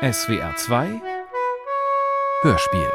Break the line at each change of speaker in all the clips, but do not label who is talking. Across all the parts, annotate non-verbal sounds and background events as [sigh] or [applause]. SWR 2 Hörspiel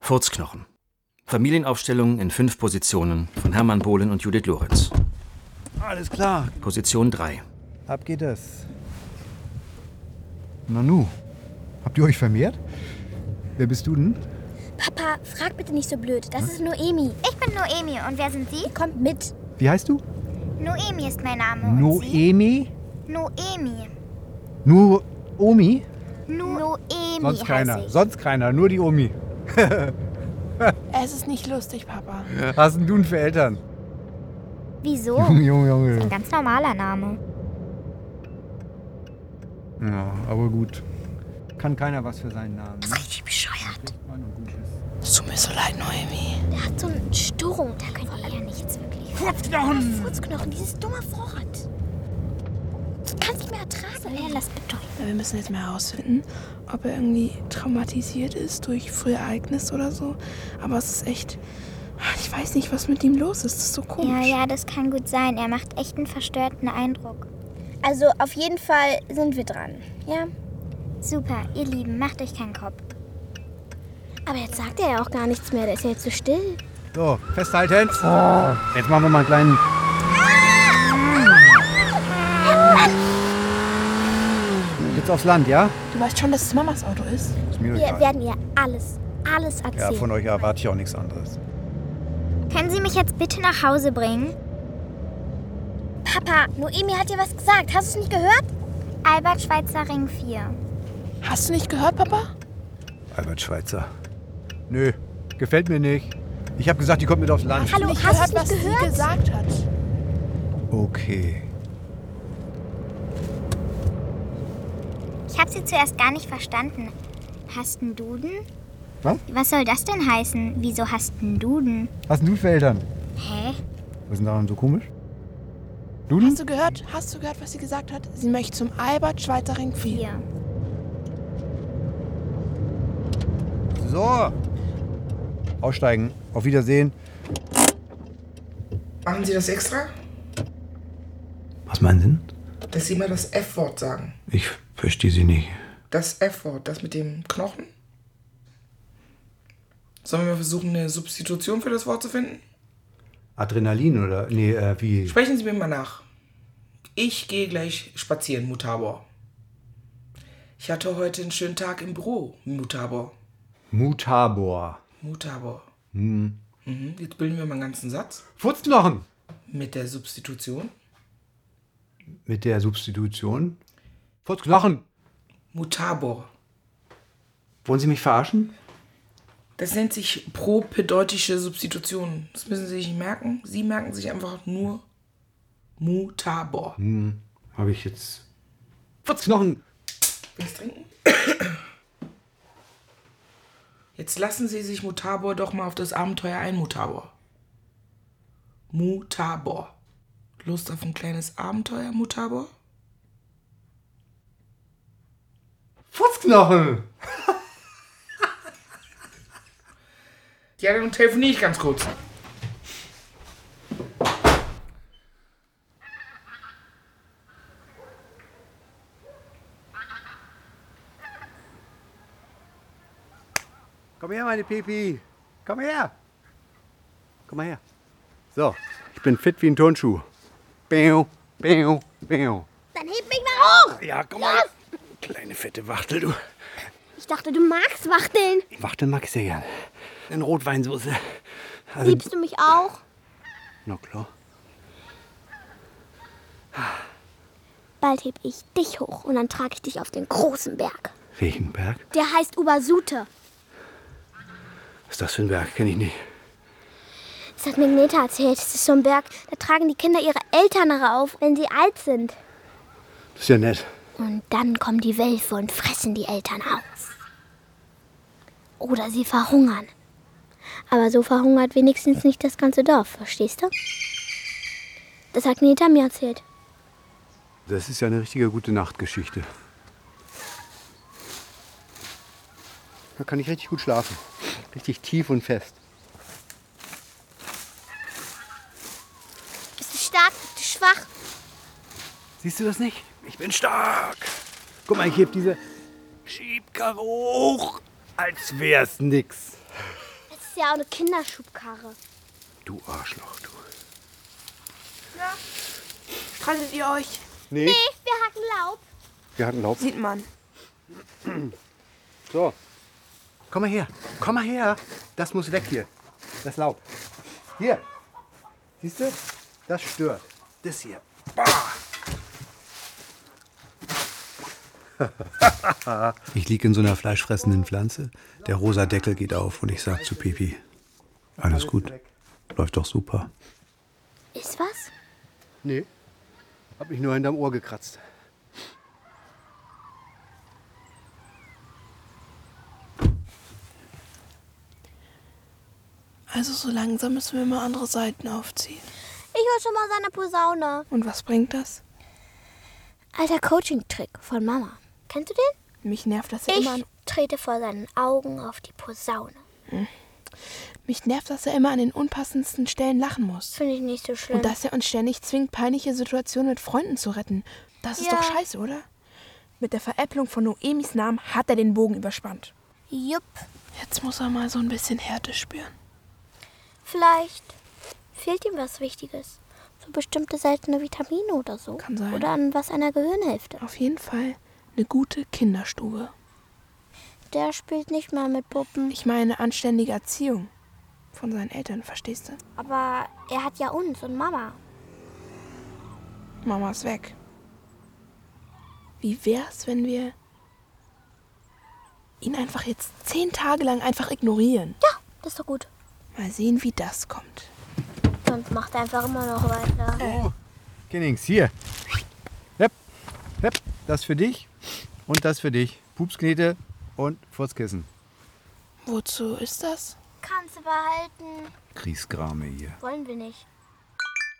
Furzknochen. Familienaufstellung in fünf Positionen von Hermann Bohlen und Judith Lorenz.
Alles klar,
Position 3.
ab geht es.
Nanu, habt ihr euch vermehrt? Wer bist du denn?
Papa, frag bitte nicht so blöd. Das ist Noemi.
Ich bin Noemi und wer sind Sie?
Kommt mit.
Wie heißt du?
Noemi ist mein Name. Und Sie?
Noemi?
Noemi.
Nur Omi?
Nu Noemi.
Sonst keiner.
Heiße
Sonst keiner, nur die Omi.
Es ist nicht lustig, Papa.
Was denn du denn für Eltern?
ich. Wieso?
[laughs] Junge,
Ein
Junge, Junge.
ganz normaler Name.
Ja, aber gut. Kann keiner was für seinen Namen. ne?
Richtig bescheuert.
Es tut mir so leid, Noemi.
Der hat so eine Störung. Da können wir ja nichts wirklich.
Furzknochen!
Furzknochen, dieses dumme Wort. Ich kann es nicht mehr ertragen. Lernen das bedeuten.
Wir müssen jetzt mal herausfinden, ob er irgendwie traumatisiert ist durch frühe Ereignisse oder so. Aber es ist echt. Ich weiß nicht, was mit ihm los ist. Es ist so
Ja,
komisch.
ja, das kann gut sein. Er macht echt einen verstörten Eindruck.
Also, auf jeden Fall sind wir dran. Ja?
Super, ihr Lieben, macht euch keinen Kopf.
Aber jetzt sagt er ja auch gar nichts mehr. Der ist ja jetzt so still.
So, festhalten. Jetzt machen wir mal einen kleinen. Jetzt aufs Land, ja?
Du weißt schon, dass es Mamas Auto ist.
Ist mir
Wir
egal.
werden ihr alles, alles
Ja,
erzählen.
von euch erwarte ich auch nichts anderes.
Können Sie mich jetzt bitte nach Hause bringen?
Papa, Noemi hat dir was gesagt. Hast du es nicht gehört?
Albert Schweitzer Ring 4.
Hast du nicht gehört, Papa?
Albert Schweitzer. Nö, gefällt mir nicht. Ich habe gesagt, die kommt mit aufs Land.
Hallo,
nicht
hast du
was
es nicht
sie
gehört? Hm?
gesagt hat.
Okay.
Ich habe Sie zuerst gar nicht verstanden. Hast n Duden?
Was?
Was soll das denn heißen? Wieso hast n Duden?
Was denn du für Eltern?
Hä?
Was ist denn daran so komisch?
Hast du gehört? Hast du gehört, was sie gesagt hat? Sie möchte zum Albert Schweitzer Ring 4.
Hier.
So. Aussteigen. Auf Wiedersehen.
Machen Sie das extra?
Was meinen Sie?
Dass Sie immer das F-Wort sagen.
Ich verstehe Sie nicht.
Das F-Wort, das mit dem Knochen? Sollen wir versuchen, eine Substitution für das Wort zu finden?
Adrenalin oder? Nee, äh, wie?
Sprechen Sie mir mal nach. Ich gehe gleich spazieren, Mutabor. Ich hatte heute einen schönen Tag im Büro, Mutabor.
Mutabor. Hm.
Mutabor. Mhm, jetzt bilden wir mal einen ganzen Satz
Futzknochen.
mit der Substitution.
Mit der Substitution. Futzknochen.
Mutabor.
Wollen Sie mich verarschen?
Das nennt sich propedeutische Substitution. Das müssen Sie sich merken. Sie merken sich einfach nur Mutabor.
Habe ich jetzt.
Futzknochen.
Willst du trinken? Jetzt lassen Sie sich Mutabor doch mal auf das Abenteuer ein, Mutabor. Mutabor. Lust auf ein kleines Abenteuer, Mutabor?
Futzknochen.
Ja, dann telefoniere ich ganz kurz.
Komm her, meine Pipi. Komm her. Komm mal her. So, ich bin fit wie ein Turnschuh. Bäu, bäu, bäu.
Dann heb mich mal hoch!
Ja, komm mal. Kleine fette Wachtel, du.
Ich dachte, du magst Wachteln.
Wachteln mag ich sehr gern. In Rotweinsauce. Also,
Liebst du mich auch?
na klar.
Bald heb ich dich hoch und dann trage ich dich auf den großen Berg.
Welchen Berg?
Der heißt Ubasute.
Was ist das für ein Berg? Kenne ich nicht.
Das hat mir Gneta erzählt. Das ist so ein Berg, da tragen die Kinder ihre Eltern rauf, wenn sie alt sind.
Das ist ja nett.
Und dann kommen die Wölfe und fressen die Eltern auf. Oder sie verhungern. Aber so verhungert wenigstens nicht das ganze Dorf, verstehst du? Das hat Gneta mir erzählt.
Das ist ja eine richtige gute Nachtgeschichte. Da kann ich richtig gut schlafen. Richtig tief und fest.
Bist du stark, bist du schwach?
Siehst du das nicht? Ich bin stark. Guck mal, ich heb diese Schiebkarre hoch, als wär's nix.
Das ist ja auch eine Kinderschubkarre.
Du Arschloch, du.
Streitet ihr euch?
Nee,
wir hacken Laub.
wir hatten Laub.
Sieht man.
So. Komm mal her. Komm mal her. Das muss weg hier. Das Laub. Hier. Siehst du? Das stört. Das hier.
[laughs] Ich lieg in so einer fleischfressenden Pflanze. Der rosa Deckel geht auf und ich sag zu Pipi: Alles gut. Läuft doch super.
Ist was?
Nee. Hab mich nur hinterm Ohr gekratzt.
Also so langsam müssen wir mal andere Seiten aufziehen.
Ich höre schon mal seine Posaune.
Und was bringt das?
Alter Coaching-Trick von Mama. Kennst du den?
Mich nervt das ja immer an,
Ich trete vor seinen Augen auf die Posaune.
mich nervt, dass er immer an den unpassendsten Stellen lachen muss.
Finde ich nicht so schlimm.
Und dass er uns ständig zwingt, peinliche Situationen mit Freunden zu retten. Das ist
Ja.
doch scheiße, oder? Mit der Veräpplung von Noemis Namen hat er den Bogen überspannt.
Jupp.
Jetzt muss er mal so ein bisschen Härte spüren.
Vielleicht fehlt ihm was Wichtiges. So bestimmte seltene Vitamine oder so.
Kann sein.
Oder an was einer Gehirnhälfte.
Auf jeden Fall eine gute Kinderstube.
Der spielt nicht mal mit Puppen.
Ich meine, anständige Erziehung von seinen Eltern, verstehst du?
Aber er hat ja uns und Mama.
Mama ist weg. Wie wär's, wenn wir ihn einfach jetzt zehn Tage lang einfach ignorieren?
Ja, das ist doch gut.
Mal sehen, wie das kommt.
Sonst macht er einfach immer noch weiter.
Äh.
Kennings, hier. Hep, hep. Das für dich und das für dich. Pupsknete und Furzkissen.
Wozu ist das?
Kannst du behalten.
Kriegsgrame hier.
Wollen wir nicht.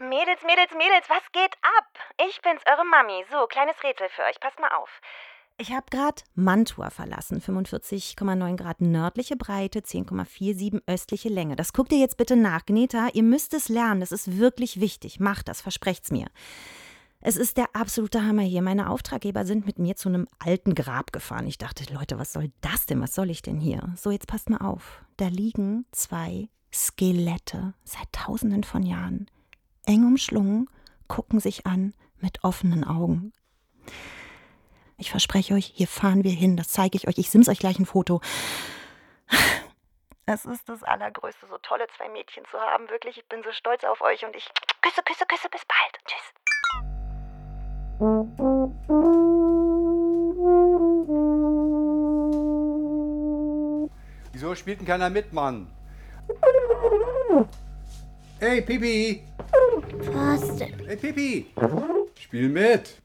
Mädels, Mädels, Mädels, was geht ab? Ich bin's, eure Mami. So, kleines Rätsel für euch. Passt mal auf. Ich habe gerade Mantua verlassen. 45,9 Grad nördliche Breite, 10,47 östliche Länge. Das guckt ihr jetzt bitte nach. Gneta, ihr müsst es lernen. Das ist wirklich wichtig. Macht das, versprecht's mir. Es ist der absolute Hammer hier. Meine Auftraggeber sind mit mir zu einem alten Grab gefahren. Ich dachte, Leute, was soll das denn? Was soll ich denn hier? So, jetzt passt mal auf. Da liegen zwei Skelette seit tausenden von Jahren. Eng umschlungen, gucken sich an mit offenen Augen. Ich verspreche euch, hier fahren wir hin. Das zeige ich euch. Ich sims euch gleich ein Foto. [laughs] Es ist das Allergrößte, so tolle zwei Mädchen zu haben. Wirklich, ich bin so stolz auf euch und ich küsse, küsse, küsse. Bis bald. Tschüss.
Wieso spielt denn keiner mit, Mann? Hey, Pipi!
Was denn?
Hey, Pipi! Spiel mit!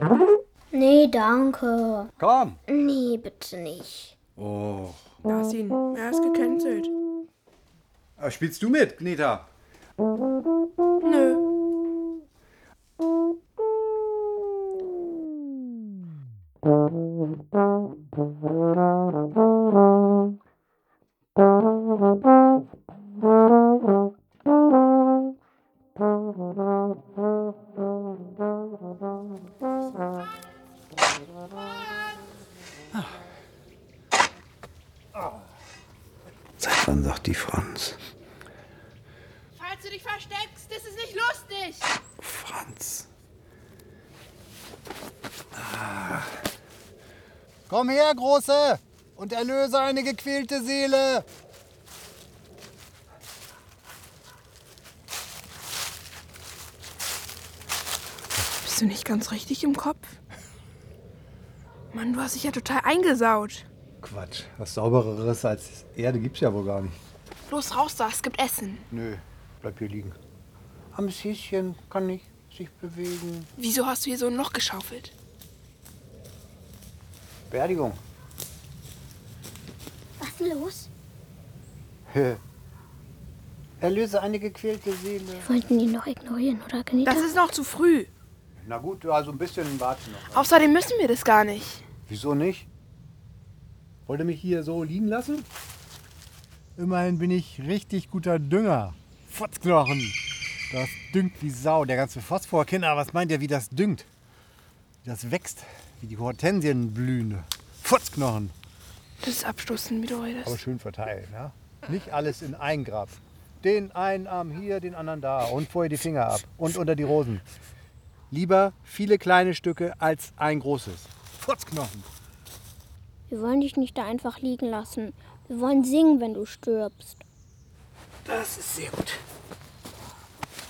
Nee, danke.
Komm!
Nee, bitte nicht.
Oh.
Da ist ihn. Er ist gecancelt.
Ah, Spielst du mit, Gneta?
Nö.
Seit wann sagt die Franz?
Falls du dich versteckst, das ist nicht lustig.
Franz.
Ah. Komm her, Große! Und erlöse eine gequälte Seele!
Bist du nicht ganz richtig im Kopf? Mann, du hast dich ja total eingesaut.
Quatsch, was saubereres als Erde gibt's ja wohl gar nicht.
Los raus da, es gibt Essen.
Nö, bleib hier liegen. Am Schießchen kann nicht sich bewegen.
Wieso hast du hier so ein Loch geschaufelt?
Beerdigung.
Was ist denn los?
Erlöse eine gequälte Seele.
Wir wollten ihn doch ignorieren, oder, Gneta?
Das ist noch zu früh.
Na gut, also ein bisschen warten noch.
Außerdem müssen wir das gar nicht.
Wieso nicht? Wollt ihr mich hier so liegen lassen? Immerhin bin ich richtig guter Dünger. Fotzknochen. Das düngt wie Sau. Der ganze Phosphor, Kinder, was meint ihr, wie das düngt? wie das wächst, wie die Hortensien blühen. Furzknochen.
Das ist abstoßen, wie du
Aber
redest.
schön ne? verteilen, ja? Nicht alles in ein Grab. Den einen Arm hier, den anderen da und vorher die Finger ab und unter die Rosen. Lieber viele kleine Stücke als ein großes. Furzknochen.
Wir wollen dich nicht da einfach liegen lassen. Wir wollen singen, wenn du stirbst.
Das ist sehr gut.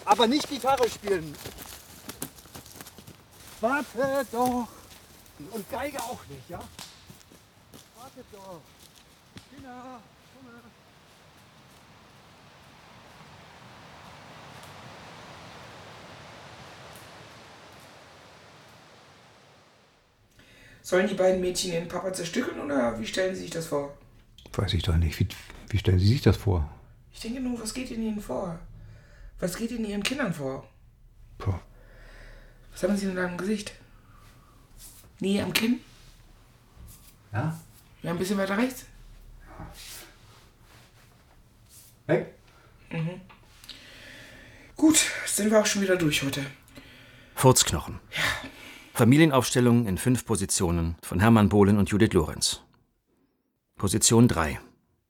Aber nicht Gitarre spielen. Warte doch. Und Geige auch nicht, ja? Warte doch. Kinder, komm her.
Sollen die beiden Mädchen ihren Papa zerstückeln oder wie stellen sie sich das vor?
Weiß ich doch nicht. Wie, wie stellen Sie sich das vor?
Ich denke nur, was geht in ihnen vor? Was geht in ihren Kindern vor?
Puh.
Was haben sie denn da im Gesicht? Nähe am Kinn?
Ja?
Ja, ein bisschen weiter rechts.
Weg?
Mhm. Gut, sind wir auch schon wieder durch heute.
Furzknochen. Familienaufstellung in fünf Positionen von Hermann Bohlen und Judith Lorenz. Position 3.